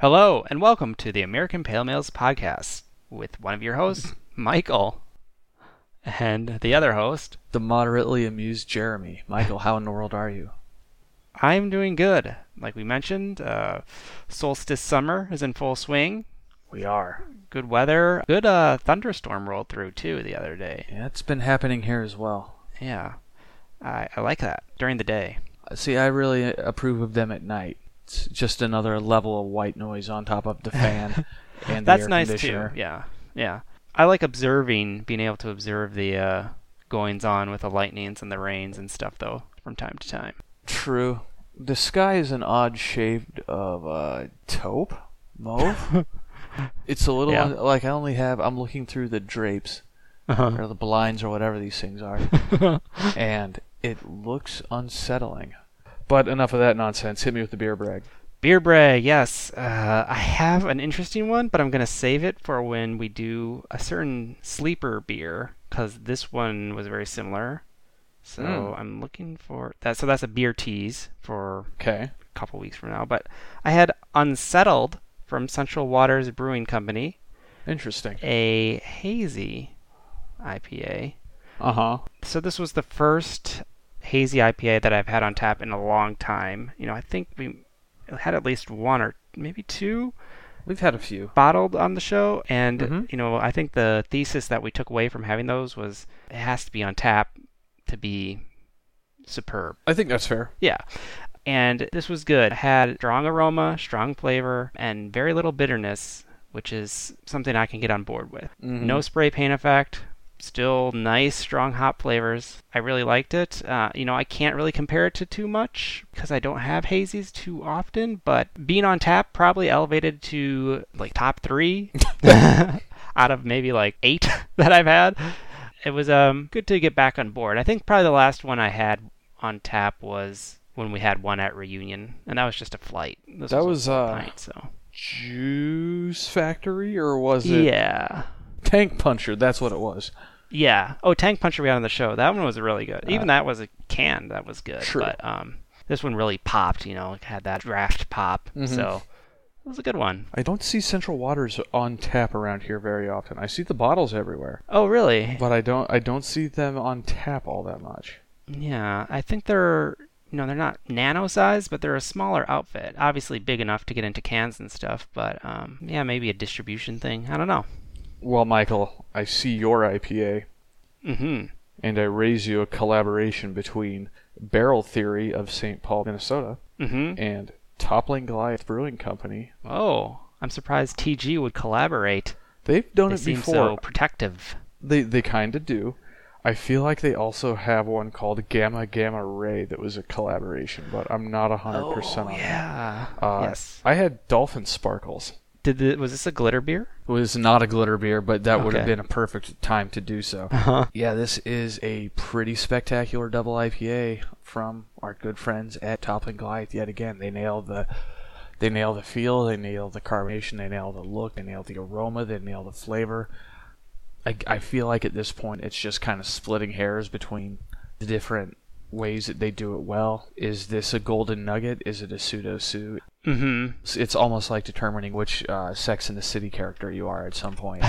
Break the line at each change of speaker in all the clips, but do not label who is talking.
Hello, and welcome to the American Pale Males podcast with one of your hosts, Michael, and the other host.
The moderately amused Jeremy. Michael, how in the world are you?
I'm doing good. Like we mentioned, uh, solstice summer is in full swing.
We are.
Good weather. Good uh, thunderstorm rolled through too the other day.
Yeah, it's been happening here as well.
Yeah, I, I like that during the day.
Uh, See, I really approve of them at night. It's just another level of white noise on top of the fan and the
That's
air
nice too.
conditioner.
Yeah, yeah. I like observing, being able to observe the uh, goings on with the lightnings and the rains and stuff though from time to time.
True. The sky is an odd shade of uh, taupe, mauve. it's a little
Yeah.
like I only have. I'm looking through the drapes or the blinds or whatever these things are, and it looks unsettling. But enough of that nonsense. Hit me with the beer brag.
Beer brag, yes. Uh, I have an interesting one, but I'm going to save it for when we do a certain sleeper beer, because this one was very similar. So
Hmm.
I'm looking for that. So that's a beer tease for
Okay.
a couple weeks from now. But I had Unsettled from Central Waters Brewing Company,
Interesting.
a hazy IPA.
Uh huh.
So this was the first hazy IPA that I've had on tap in a long time. You know, I think we had at least one or maybe two
We've had a few.
bottled on the show and
Mhm.
you know i think the thesis that we took away from having those was it has to be on tap to be superb
I think that's fair.
yeah and this was good it had strong aroma strong flavor and very little bitterness which is something i can get on board with
Mm-hmm.
no spray paint effect still nice strong hop flavors i really liked it uh, you know i can't really compare it to too much because i don't have hazies too often but being on tap probably elevated to like top three out of maybe like eight that i've had it was um good to get back on board i think probably the last one i had on tap was when we had one at reunion and that was just a flight this
That
a
was, uh,
night so
Juice Factory or was it
yeah
Tank Puncher? That's what it was.
Yeah. Oh, Tank Puncher we had on the show. That one was really good. Even that was a can that was good.
Uh, True.
But um, this one really popped. You know, it had that draft pop.
Mm-hmm.
So it was a good one.
I don't see Central Waters on tap around here very often. I see the bottles everywhere,
Oh, really?
but I don't I don't see them on tap all that much.
Yeah. I think they're you know they're not nano size, but they're a smaller outfit. Obviously big enough to get into cans and stuff. But um, yeah, maybe a distribution thing. I don't know.
Well, Michael, I see your IPA
Mm-hmm.
and I raise you a collaboration between Barrel Theory of St. Paul, Minnesota
Mm-hmm.
and Toppling Goliath Brewing Company.
Oh, I'm surprised TG would collaborate.
They've done
They
it
seem
before.
so protective.
They they kind of do. I feel like they also have one called Gamma Gamma Ray that was a collaboration, but I'm not 100% on that.
Oh, yeah.
Uh,
yes.
I had Dolphin Sparkles.
Did the, was this a glitter beer?
It was not a glitter beer, but that would have
Okay.
been a perfect time to do so.
Uh-huh.
Yeah, this is a pretty spectacular double IPA from our good friends at Toppling Goliath yet again. They nailed the they nail the feel, they nail the carbonation, they nail the look, they nail the aroma, they nail the flavor. I, I feel like at this point it's just kind of splitting hairs between the different ways that they do it well. Is this a golden nugget? Is it a pseudo sue?
Mm-hmm.
It's- it's almost like determining which uh, Sex in the City character you are at some point.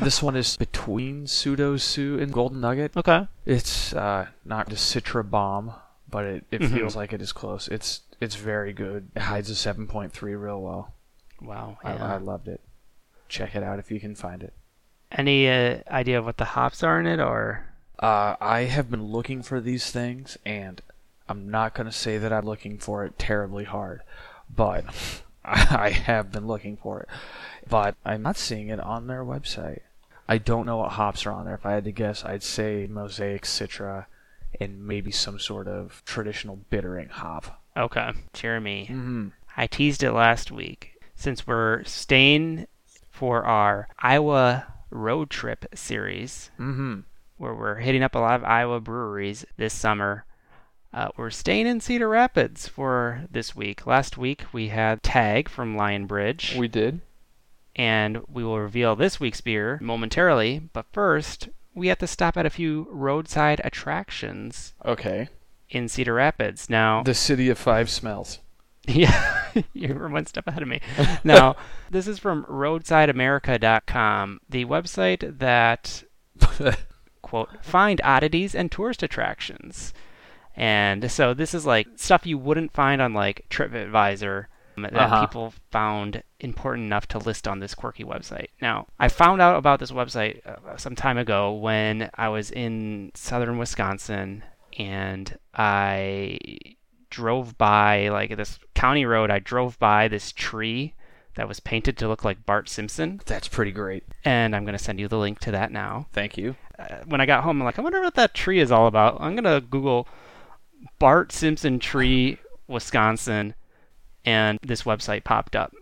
this one is between Pseudo Sue and Golden Nugget.
Okay.
It's uh, not a Citra bomb, but it, it
Mhm.
feels like it is close. It's it's very good. It hides a 7.3 real well.
Wow.
I, I loved it. Check it out if you can find it.
Any uh, idea of what the hops are in it, or
Uh, I have been looking for these things, and I'm not going to say that I'm looking for it terribly hard, but I have been looking for it. But I'm not seeing it on their website. I don't know what hops are on there. If I had to guess, I'd say Mosaic Citra and maybe some sort of traditional bittering hop.
okay, Jeremy?
Mm-hmm.
I teased it last week. Since we're staying for our Iowa road trip series,
Mm-hmm.
where we're hitting up a lot of Iowa breweries this summer, uh, we're staying in Cedar Rapids for this week. Last week we had Tag from Lion Bridge.
We did.
and we will reveal this week's beer momentarily. But first, we have to stop at a few roadside attractions
Okay.
in Cedar Rapids. Now,
The City of Five Smells.
yeah, you were one step ahead of me. Now, this is from roadsideamerica.com, the website that quote find oddities and tourist attractions. And so this is like stuff you wouldn't find on like TripAdvisor um, that
Uh-huh.
people found important enough to list on this quirky website. Now, I found out about this website uh, some time ago when I was in southern Wisconsin and I drove by like this county road. I drove by this tree that was painted to look like Bart Simpson,
That's pretty great.
and I'm going to send you the link to that now.
Thank you.
Uh, When I got home, I'm like, I wonder what that tree is all about. I'm going to Google Bart Simpson tree, Wisconsin, and this website popped up.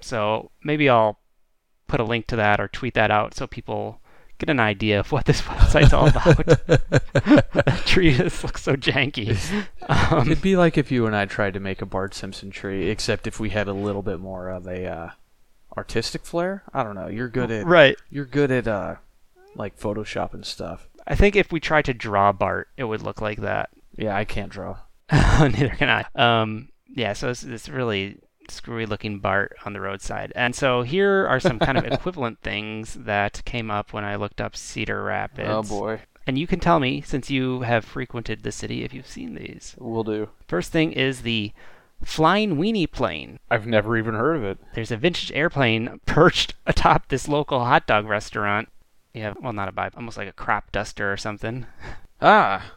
So maybe I'll put a link to that or tweet that out so people get an idea of what this website's all about. that tree just looks so janky. Um,
It'd be like if you and I tried to make a Bart Simpson tree, except if we had a little bit more of a uh, artistic flair. I don't know. You're good at
right.
you're good at uh, like Photoshop and stuff.
I think if we tried to draw Bart, it would look like that.
Yeah, I can't draw.
Neither can I. Um, yeah, so it's this really screwy looking Bart on the roadside. And so here are some kind of equivalent things that came up when I looked up Cedar Rapids.
Oh boy,
And you can tell me, since you have frequented the city, if you've seen these.
will do.
First thing is the Flying Weenie plane.
I've never even heard of it.
There's a vintage airplane perched atop this local hot dog restaurant. Yeah, well, not a vibe, almost like a crop duster or something.
Ah,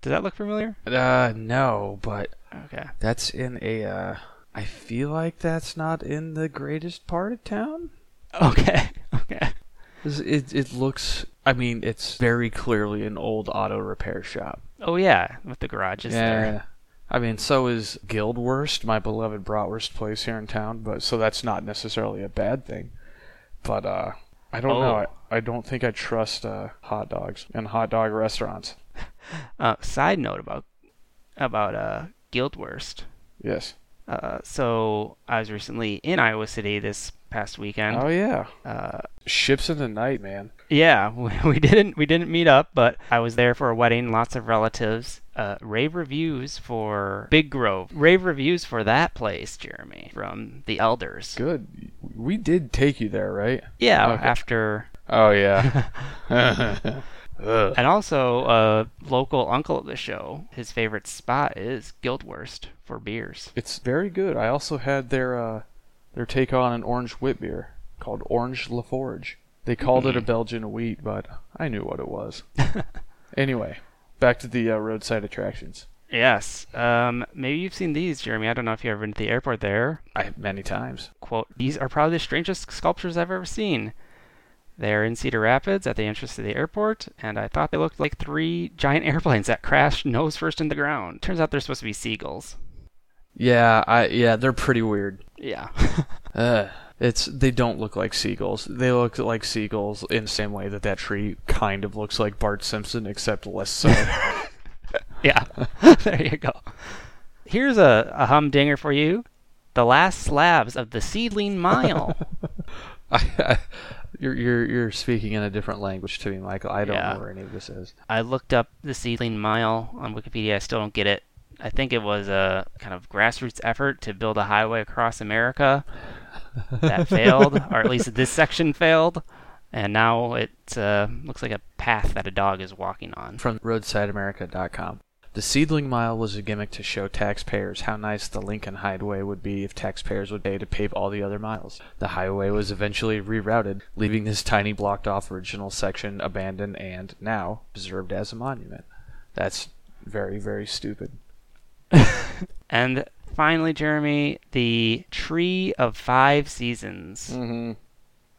Does that look familiar?
uh, no, but
Okay.
that's in a. Uh, I feel like that's not in the greatest part of town.
Okay. Okay.
It, it, it looks. I mean, it's very clearly an old auto repair shop.
Oh yeah, with the garages there.
I mean, so is Guildwurst, my beloved bratwurst place here in town, but so that's not necessarily a bad thing. But uh I don't know.
Oh.
I, I don't think I trust uh hot dogs and hot dog restaurants.
Uh, side note about about uh, Guildwurst.
Yes.
Uh, so I was recently in Iowa City this past weekend.
Oh yeah.
Uh,
Ships in the night, man.
yeah, we, we didn't we didn't meet up, but I was there for a wedding. Lots of relatives. Uh, rave reviews for Big Grove. Rave reviews for that place, Jeremy, from the elders.
Good. We did take you there, right?
Yeah,
Okay.
after
Oh yeah. Ugh.
and also uh, local uncle of the show. His favorite spot is Guildwurst for beers.
It's very good. I also had their uh their take on an orange wheat beer called Orange Laforge. They called it a Belgian wheat, but I knew what it was. Anyway, back to the uh, roadside attractions.
Yes. Um, maybe you've seen these, Jeremy. I don't know if you've ever been to the airport there.
I many times.
Quote, these are probably the strangest sculptures I've ever seen. They're in Cedar Rapids at the entrance to the airport, and I thought they looked like three giant airplanes that crashed nose first in the ground. Turns out they're supposed to be seagulls.
Yeah, I yeah, they're pretty weird.
Yeah.
Ugh. It's they don't look like seagulls. They look like seagulls in the same way that that tree kind of looks like Bart Simpson, except less so.
yeah. there you go. Here's a, a humdinger for you. The last slabs of the seedling mile.
I, I, you're you're you're speaking in a different language to me, Michael. I don't
Yeah.
know where any of this is.
I looked up the Seedling Mile on Wikipedia. I still don't get it. I think it was a kind of grassroots effort to build a highway across America that failed, or at least this section failed. And now it uh, looks like a path that a dog is walking on.
from roadsideamerica.com. The seedling mile was a gimmick to show taxpayers how nice the Lincoln Highway would be if taxpayers would pay to pave all the other miles. The highway was eventually rerouted, leaving this tiny blocked off original section abandoned and now preserved as a monument. That's very, very stupid.
And finally, Jeremy, the Tree of Five Seasons.
Mm-hmm.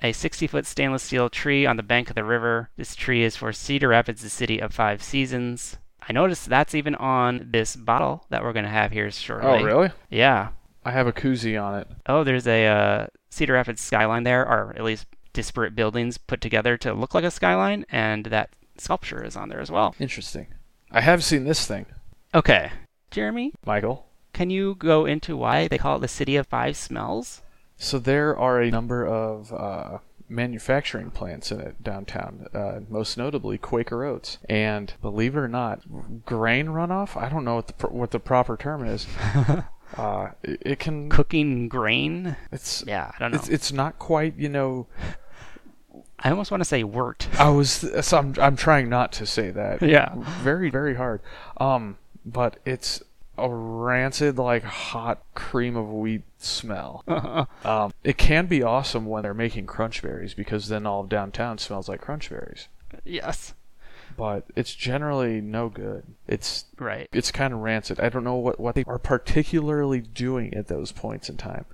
a 60 foot stainless steel tree on the bank of the river. This tree is for Cedar Rapids, the city of five seasons. I noticed that's even on this bottle that we're going to have here shortly.
Oh,
Yeah.
I have a koozie on it.
Oh, there's a uh, Cedar Rapids skyline there, or at least disparate buildings put together to look like a skyline, and that sculpture is on there as well.
Interesting. I have seen this thing,
Okay. Jeremy,
Michael.
can you go into why they call it the city of five smells?
So there are a number of uh, manufacturing plants in it downtown, uh, most notably Quaker Oats. And believe it or not, grain runoff. I don't know what the pr- what the proper term is, Uh, it, it can.
Cooking grain?
It's
Yeah, I don't know.
it's it's not quite you know.
I almost want to say wort.
I was so I'm I'm trying not to say that.
Yeah.
Very very hard. Um, but it's a rancid like hot cream of wheat smell. um, it can be awesome when they're making crunch berries because then all of downtown smells like crunch berries.
yes.
But it's generally no good. It's
Right.
it's kind of rancid. I don't know what, what they are particularly doing at those points in time,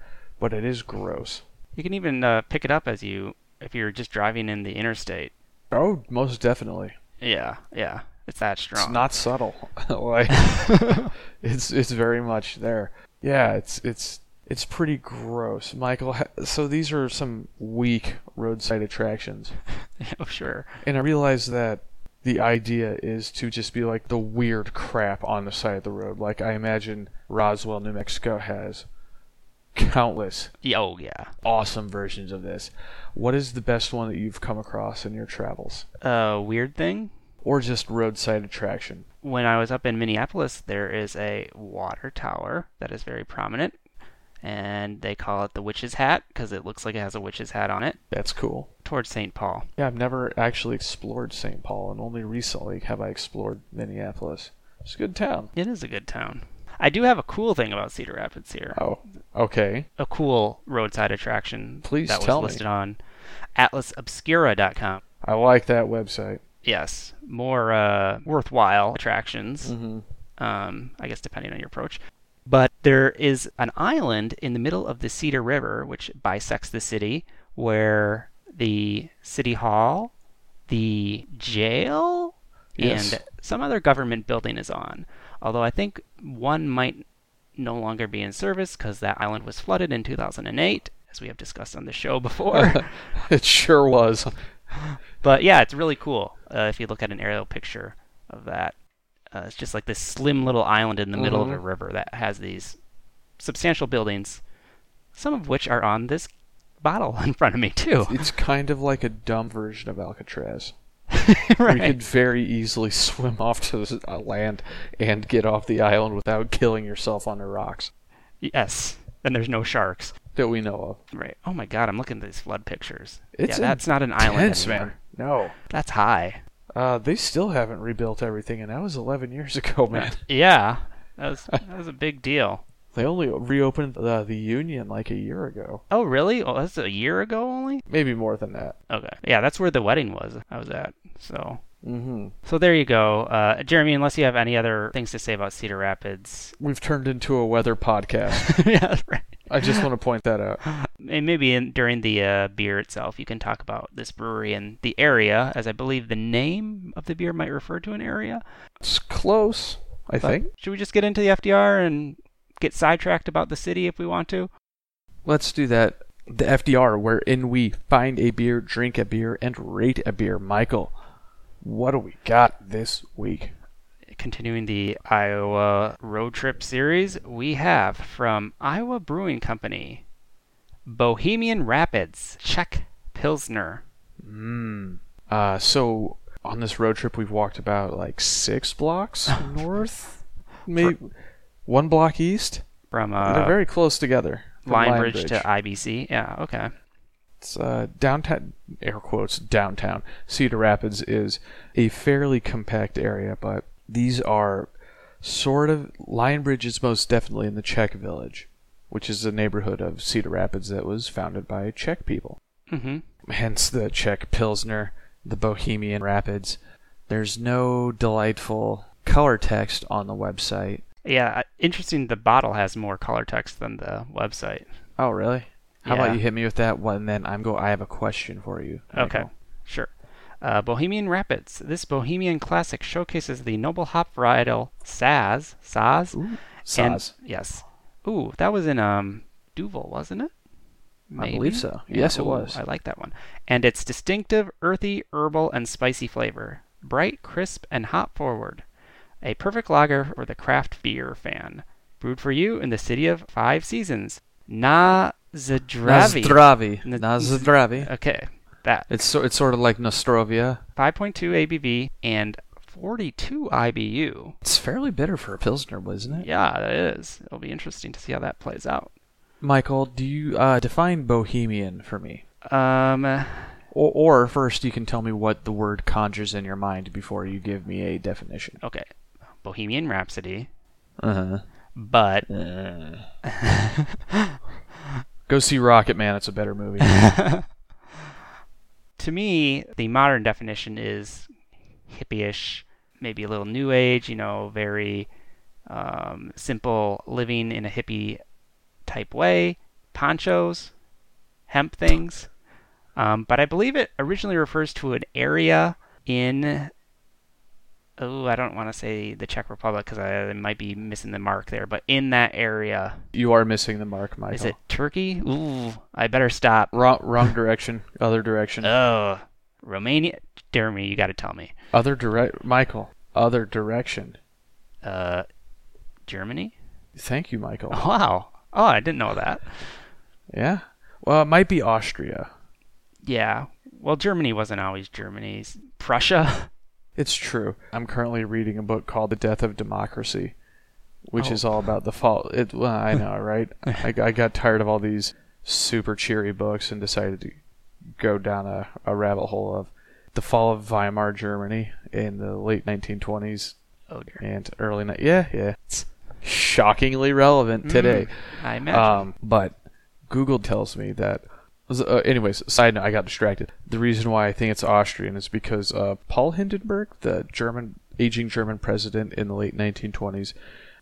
but it is gross.
You can even uh, pick it up as you if you're just driving in the interstate.
Oh, most definitely.
Yeah, yeah. It's that strong.
It's not subtle. like it's it's very much there. Yeah, it's it's it's pretty gross, Michael. ha- So these are some weak roadside attractions,
oh, sure.
and I realize that the idea is to just be like the weird crap on the side of the road, like I imagine Roswell, New Mexico has countless
Yeah, oh, yeah.
awesome versions of this. What is the best one that you've come across in your travels?
A weird thing.
Or just roadside attraction?
When I was up in Minneapolis, there is a water tower that is very prominent, and they call it the witch's hat because it looks like it has a witch's hat on it.
That's cool.
Towards St. Paul.
Yeah, I've never actually explored St. Paul, and only recently have I explored Minneapolis. It's a good town.
It is a good town. I do have a cool thing about Cedar Rapids here.
Oh, okay.
A cool roadside attraction
Please
that was
tell me.
listed on atlasobscura.com.
I like that website.
Yes, more uh, worthwhile attractions.
Mm-hmm.
um, I guess depending on your approach. But there is an island in the middle of the Cedar River, which bisects the city, where the city hall, the jail,
Yes.
and some other government building is on. Although I think one might no longer be in service because that island was flooded in 2008, as we have discussed on the show before.
it sure was.
But yeah, it's really cool uh, if you look at an aerial picture of that. Uh, it's just like this slim little island in the middle of
Mhm.
a river that has these substantial buildings, some of which are on this bottle in front of me too.
It's kind of like a dumb version of Alcatraz. We
right?
could very easily swim off to the uh, land and get off the island without killing yourself on the rocks
Yes. And there's no sharks.
that we know of.
Right. Oh my god, I'm looking at these flood pictures.
It's
yeah, that's not an island
Tense,
anymore.
man. No.
That's high.
Uh, they still haven't rebuilt everything, and that was 11 years ago, man.
Yeah. That was that was a big deal.
they only reopened the, the Union like a year ago.
Oh really? Oh, that's a year ago only?
Maybe more than that.
Okay. Yeah, that's where the wedding was I was at. So
Mm-hmm.
So there you go. Uh, Jeremy, unless you have any other things to say about Cedar Rapids.
We've turned into a weather podcast.
yeah, right.
I just want to point that out.
And maybe in, during the uh, beer itself, you can talk about this brewery and the area, as I believe the name of the beer might refer to an area.
It's close, I
But
think.
Should we just get into the FDR and get sidetracked about the city if we want to?
Let's do that. The FDR, wherein we find a beer, drink a beer, and rate a beer. Michael, what do we got this week?
Continuing the Iowa road trip series, we have from Iowa Brewing Company, Bohemian Rapids Czech Pilsner.
Mm. Uh, so on this road trip, we've walked about like six blocks north, maybe one block east.
From
They're
uh,
very close together. from
Linebridge to IBC. Yeah, okay.
It's, uh, downtown, air quotes, downtown. Cedar Rapids is a fairly compact area, but these are sort of. Lionbridge is most definitely in the Czech Village, which is a neighborhood of Cedar Rapids that was founded by Czech people.
Mm-hmm.
Hence the Czech Pilsner, the Bohemian Rapids. There's no delightful color text on the website.
Yeah, I- interesting. The bottle has more color text than the website.
Oh, really? How
Yeah.
about you hit me with that one, and then I'm go. I have a question for you.
Okay,
Michael.
sure. Uh, Bohemian Rapids. This Bohemian classic showcases the noble hop varietal Saz. Saz.
Ooh,
and-
Saz.
yes. Ooh, that was in um Duval, wasn't it?
I believe so. Yes, it was.
I like that one. And its distinctive earthy, herbal, and spicy flavor. Bright, crisp, and hop forward. A perfect lager for the craft beer fan. Brewed for you in the city of five seasons. Na Zdravi.
Nazdravi.
N-
Nazdravi.
Okay, that.
It's so, it's sort of like Nostrovia.
5.2 ABV and 42 IBU.
It's fairly bitter for a pilsner, wasn't it?
Yeah, that is. It'll be interesting to see how that plays out.
Michael, do you uh, define bohemian for me?
Um,
Or, or first, you can tell me what the word conjures in your mind before you give me a definition.
okay. Bohemian Rhapsody, Uh-huh.
Uh
but
huh. Go see Rocket Man. It's a better movie.
to me, the modern definition is hippie-ish, maybe a little new age, you know, very um, simple living in a hippie type way, ponchos, hemp things. Um, but I believe it originally refers to an area in. Oh, I don't want to say the Czech Republic because I might be missing the mark there, but in that area.
you are missing the mark, Michael.
Is it Turkey? Ooh, I better stop.
Wrong, wrong direction. Other direction.
Oh, Romania. Jeremy, you got to tell me.
other direct. Michael. Other direction.
Uh, Germany?
Thank you, Michael.
Wow. Oh, I didn't know that.
Yeah. Well, it might be Austria.
Yeah. Well, Germany wasn't always Germany's. Prussia?
It's true. I'm currently reading a book called The Death of Democracy, which
Oh.
is all about the fall. It, well, I know, right? I, I got tired of all these super cheery books and decided to go down a, a rabbit hole of the fall of Weimar Germany in the late 1920s
Oh, dear.
and early. Ni- yeah, yeah. It's shockingly relevant today.
I imagine.
Um, but Google tells me that. Uh, anyways, side note, I got distracted. The reason why I think it's Austrian is because uh, Paul Hindenburg, the German aging German president in the late 1920s,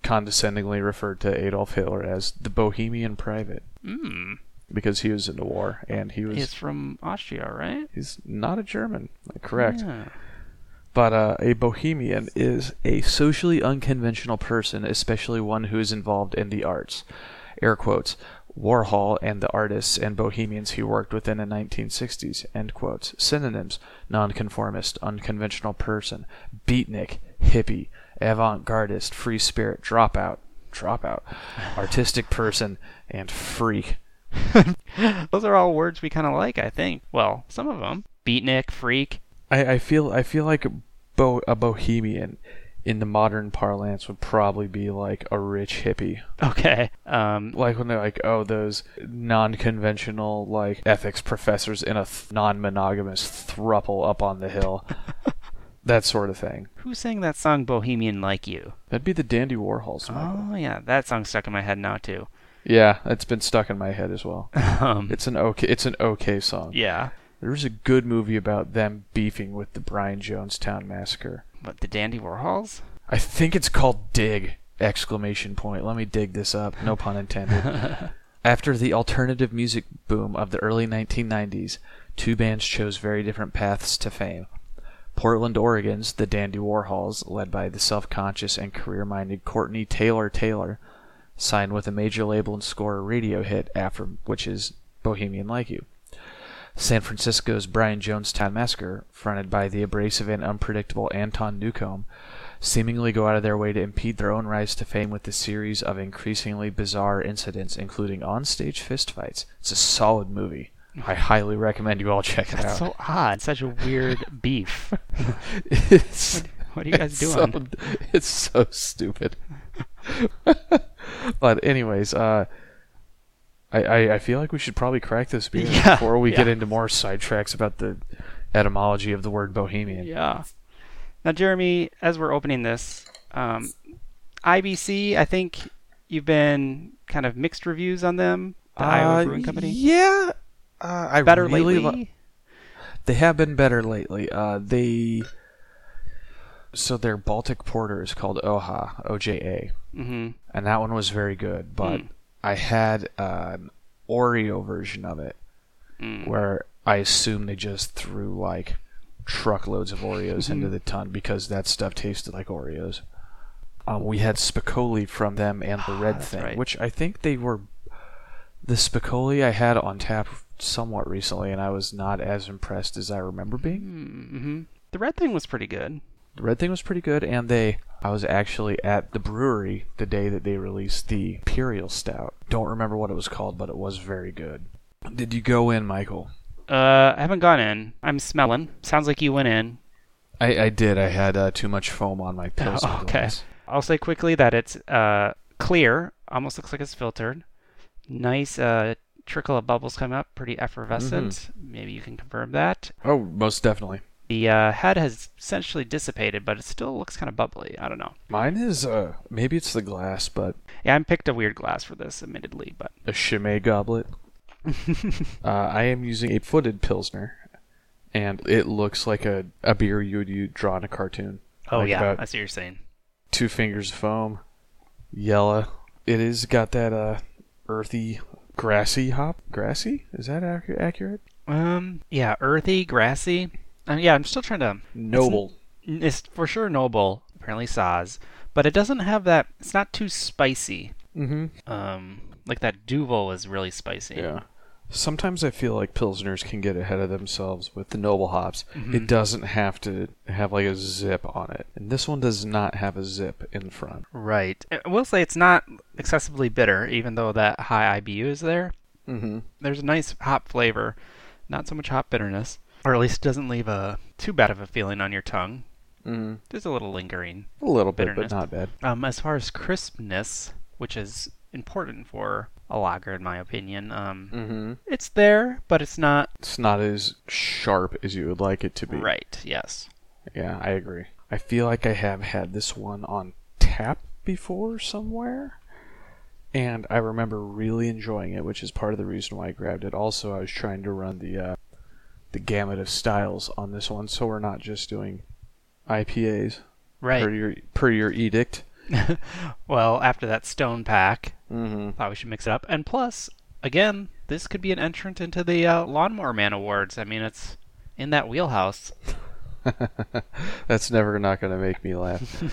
condescendingly referred to Adolf Hitler as the Bohemian private
mm.
because he was in the war and he was
He's from Austria, right?
he's not a German, correct?
Yeah.
But uh, a bohemian is a socially unconventional person, especially one who is involved in the arts. Air quotes. Warhol and the artists and bohemians he worked with in the 1960s. End quotes. Synonyms: nonconformist, unconventional person, beatnik, hippie, avant-gardist, free spirit, dropout, dropout, artistic person, and freak.
Those are all words we kind of like, I think. Well, some of them. Beatnik, freak.
I, I feel I feel like bo- a bohemian in the modern parlance would probably be like a rich hippie.
Okay. Um,
like when they're like, oh, those non-conventional like ethics professors in a th- non-monogamous thruple up on the hill, that sort of thing.
who sang that song Bohemian Like You?
That'd be the Dandy Warhols. Michael.
Oh, yeah. That song stuck in my head now, too.
Yeah, that's been stuck in my head as well.
Um,
It's an okay, it's an okay song.
yeah.
There's a good movie about them beefing with the Brian Jonestown massacre.
But the Dandy Warhols?
I think it's called Dig! Exclamation point. Let me dig this up. No pun intended. After the alternative music boom of the early 1990s, two bands chose very different paths to fame. Portland, Oregon's The Dandy Warhols, led by the self conscious and career minded Courtney Taylor Taylor, signed with a major label and score a radio hit, after which is Bohemian Like You. San Francisco's Brian Jonestown Massacre, fronted by the abrasive and unpredictable Anton Newcomb, seemingly go out of their way to impede their own rise to fame with a series of increasingly bizarre incidents, including onstage fistfights. It's a solid movie. I highly recommend you all check it
That's so
out.
odd. Such a weird beef.
It's-
What are you guys
It's
doing?
So, it's so stupid. but anyways, uh, I, I I feel like we should probably crack this beer
Yeah,
before we get
yeah.
into more sidetracks about the etymology of the word bohemian.
Yeah. Now, Jeremy, as we're opening this, um, IBC, I think you've been kind of mixed reviews on them. The Iowa Brewing Company.
Uh, Yeah, uh, I
Better
really
lately.
li- they have been better lately. Uh, they so their Baltic porter is called Oha O J A.
mm-hmm.
and that one was very good. But
Mm.
I had uh, an Oreo version of it,
Mm.
where I assume they just threw like truckloads of Oreos into
Hmm.
the ton because that stuff tasted like Oreos. Um, we had Spicoli from them and the Red
Ah, that's
Thing,
right.
which I think they were. The Spicoli I had on tap somewhat recently, and I was not as impressed as I remember being.
Mm-hmm. The red thing was pretty good.
The Red Thing was pretty good, and they. I was actually at the brewery the day that they released the Imperial Stout. Don't remember what it was called, but it was very good. Did you go in, Michael?
Uh, I haven't gone in. I'm smelling. Sounds like you went in.
I, I did. I had uh, too much foam on my pills.
Oh, okay.
glass.
I'll say quickly that it's uh, clear, almost looks like it's filtered. Nice uh, trickle of bubbles come up, pretty effervescent. Maybe you can confirm that.
Oh, most definitely.
The uh, head has essentially dissipated, but it still looks kind of bubbly. I don't know.
Mine is uh maybe it's the glass, but
Yeah, I picked a weird glass for this, admittedly, but
a Chimay goblet. uh, I am using a footed pilsner, and it looks like a, a beer you would you draw in a cartoon. Like about
oh, I see what you're saying.
two fingers of foam, yellow. It is got that uh earthy, grassy hop. Grassy is that ac- accurate?
Um, yeah, earthy, grassy. Um, yeah, I'm still trying to.
Noble.
It's for sure noble. Apparently, Saz, but it doesn't have that. It's not too spicy.
Mm-hmm.
Um, like that Duvel is really spicy.
Yeah. Sometimes I feel like pilsners can get ahead of themselves with the noble hops. It doesn't have to have like a zip on it, and this one does not have a zip in front.
Right. I will say it's not excessively bitter, even though that high IBU is there.
Mm-hmm.
There's a nice hop flavor, not so much hop bitterness, or at least doesn't leave a too bad of a feeling on your tongue.
Mm.
There's a little lingering.
A little bit,
Bitterness.
but not bad.
Um, as far as crispness, which is important for a lager in my opinion, um,
Mm-hmm.
it's there, but it's not
It's not as sharp as you would like it to be.
right. Yes.
Yeah, I agree. I feel like I have had this one on tap before somewhere, and I remember really enjoying it, which is part of the reason why I grabbed it. Also, I was trying to run the uh, the gamut of styles on this one, so we're not just doing IPAs per
Right.
your per your edict.
Well, after that stone pack,
Mm-hmm.
thought we should mix it up. And plus, again, this could be an entrant into the uh, Lawnmower Man Awards. I mean, it's in that wheelhouse.
That's never not going to make me laugh.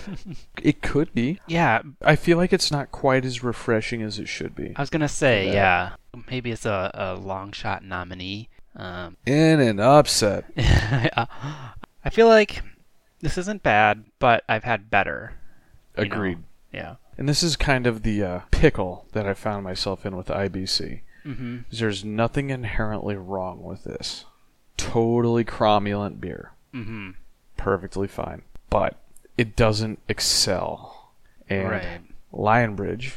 it could be.
Yeah,
I feel like it's not quite as refreshing as it should be.
I was gonna say,
Yeah.
yeah, maybe it's a, a long shot nominee. Um,
In an upset.
I feel like this isn't bad, but I've had better. you know?
Agreed.
Yeah.
And this is kind of the uh, pickle that I found myself in with IBC.
Mm-hmm.
is There's nothing inherently wrong with this. Totally cromulent beer.
Mm-hmm.
Perfectly fine. But it doesn't excel. And
Right.
Lionbridge,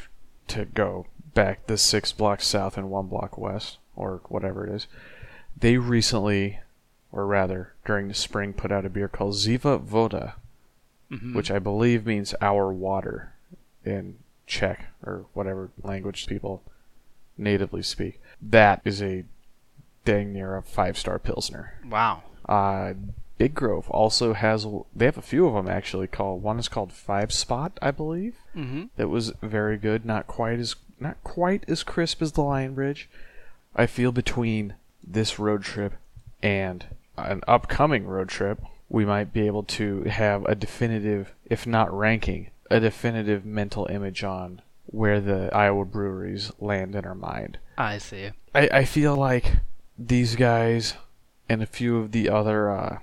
to go back the six blocks south and one block west, or whatever it is, they recently, or rather, during the spring, put out a beer called Ziva Voda,
Mm-hmm.
which I believe means our water in Czech or whatever language people natively speak. That is a dang near a five star pilsner.
Wow.
Uh, Big Grove also has they have a few of them actually called one is called Five Spot I believe
Mm-hmm.
that was very good not quite as not quite as crisp as the Lion Bridge. I feel between this road trip and an upcoming road trip, we might be able to have a definitive, if not ranking, a definitive mental image on where the Iowa breweries land in our mind.
I see.
I, I feel like these guys and a few of the other uh,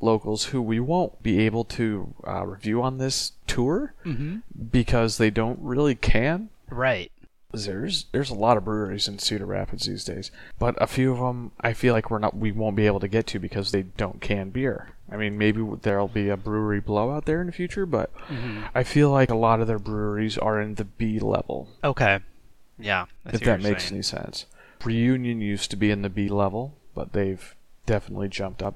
locals who we won't be able to uh, review on this tour
Mm-hmm.
because they don't really can
Right.
there's there's a lot of breweries in Cedar Rapids these days, but a few of them I feel like we're not we won't be able to get to because they don't can beer. I mean, maybe there'll be a brewery blowout there in the future, but
Mm-hmm.
I feel like a lot of their breweries are in the B level.
Okay. Yeah. I see
if
what
that
you're
makes
saying.
any sense, Reunion used to be in the B level, but they've definitely jumped up.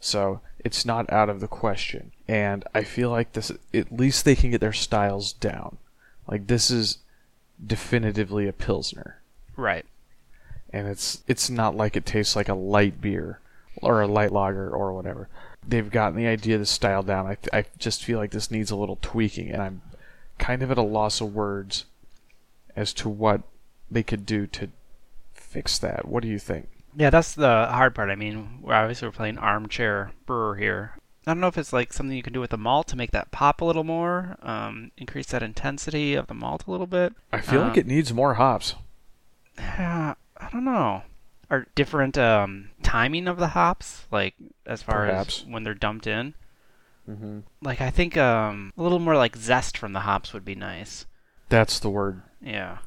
So it's not out of the question, and I feel like this at least they can get their styles down. Like this is definitively a pilsner.
right.
and it's it's not like it tastes like a light beer or a light lager or whatever. They've gotten the idea of the style down. I, I just feel like this needs a little tweaking, and I'm kind of at a loss of words as to what they could do to fix that. What do you think?
Yeah, that's the hard part. I mean, we're obviously we're playing armchair brewer here. I don't know if it's like something you can do with the malt to make that pop a little more, um, increase that intensity of the malt a little bit.
I feel like
Uh,
it needs more hops.
Uh, I don't know. Or different um, timing of the hops, like as far
Perhaps.
as when they're dumped in.
Mm-hmm.
Like I think um, a little more like zest from the hops would be nice.
That's the word.
Yeah,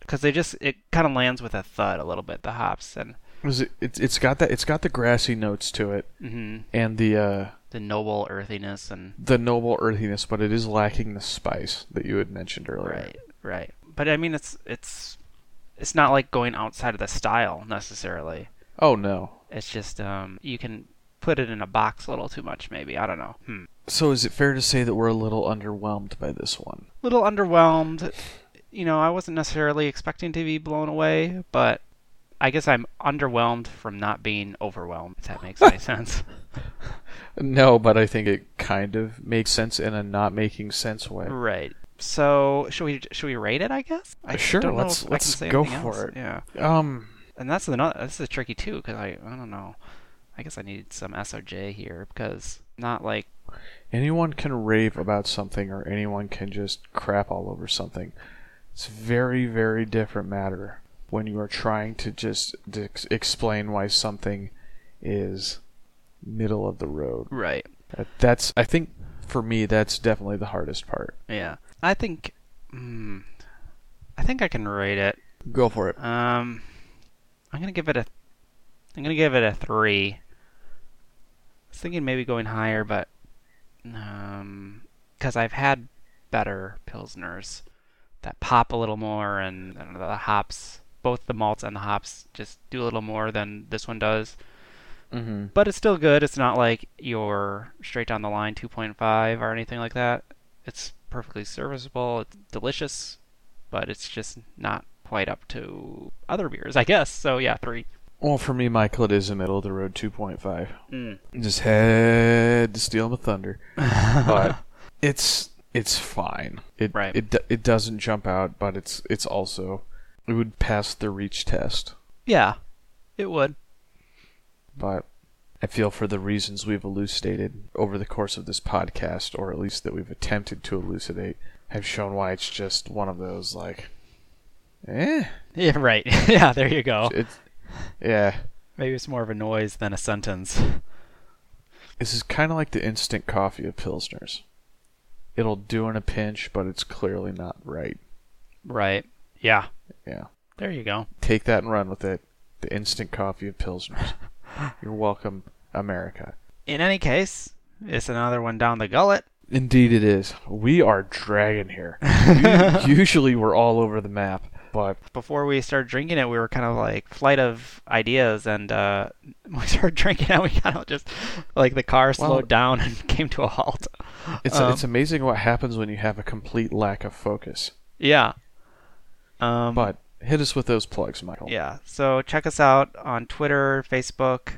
because they just it kind of lands with a thud a little bit the hops, and
Was it, it? It's got that. It's got the grassy notes to it,
hmm
and the uh,
The noble earthiness and
the noble earthiness, but it is lacking the spice that you had mentioned earlier.
right, right. But I mean, it's it's it's not like going outside of the style necessarily.
Oh no.
It's just um, you can put it in a box a little too much, maybe. I don't know. Hmm.
So is it fair to say that we're a little underwhelmed by this one?
little underwhelmed. You know, I wasn't necessarily expecting to be blown away, but I guess I'm underwhelmed from not being overwhelmed. If that makes any sense.
No, but I think it kind of makes sense in a not making sense way.
Right. So should we should we rate it? I guess. I
Sure,
don't know
let's-
if I
let's
can say
go
anything
for
else.
it.
Yeah.
Um,
And that's another. This is tricky too because I I don't know. I guess I need some SOJ here because not like
anyone can rave about something or anyone can just crap all over something. It's a very, very different matter when you are trying to just d- explain why something is middle of the road.
right.
Uh, That's, I think, for me, that's definitely the hardest part.
Yeah. I think. Hmm, I think I can rate it.
Go for it.
Um, I'm gonna give it a. I'm gonna give it a three. I was thinking maybe going higher, but um, because I've had better pilsners that pop a little more, and I don't know, the hops, both the malts and the hops, just do a little more than this one does.
Mm-hmm.
But it's still good. It's not like your straight down the line 2.5 or anything like that. It's perfectly serviceable. It's delicious, but it's just not quite up to other beers, I guess. So yeah, three.
Well, for me, Michael, it is a middle of the road 2.5.
Mm.
Just had to steal my thunder, but it's it's fine. It
Right.
it do- it doesn't jump out, but it's it's also it would pass the reach test.
Yeah, it would.
But I feel for the reasons we've elucidated over the course of this podcast, or at least that we've attempted to elucidate, have shown why it's just one of those like, eh,
Yeah, right. yeah, there you go.
it's yeah.
Maybe it's more of a noise than a sentence.
This is kind of like the instant coffee of pilsners. It'll do in a pinch, but it's clearly not right.
Right. Yeah.
Yeah.
There you go.
Take that and run with it. The instant coffee of Pilsners. You're welcome, America.
In any case, it's another one down the gullet.
Indeed, it is. We are dragging here. U- Usually, we're all over the map, but
before we started drinking it, we were kind of like flight of ideas, and uh, we started drinking it. We kind of just like the car slowed
Well-
down and came to a halt.
it's
Um,
it's amazing what happens when you have a complete lack of focus.
Yeah. Um,
But hit us with those plugs, Michael.
yeah, so check us out on Twitter, Facebook,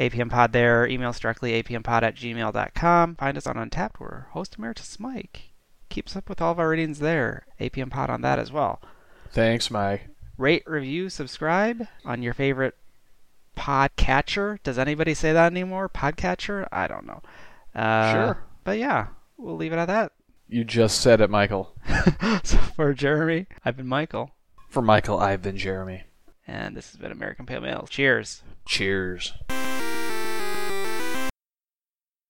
APM Pod there. Email us directly, apmpod at gmail.com. Find us on Untapped. We're host emeritus Mike. Keeps up with all of our ratings there. APM Pod on that as well.
Thanks, Mike.
rate, review, subscribe on your favorite podcatcher. Does anybody say that anymore? Podcatcher? I don't know. Uh,
Sure.
But yeah, we'll leave it at
You just said it, Michael.
that. so for Jeremy, I've been Michael,
For Michael, I've been Jeremy.
and this has been American Pale Mail. Cheers.
Cheers.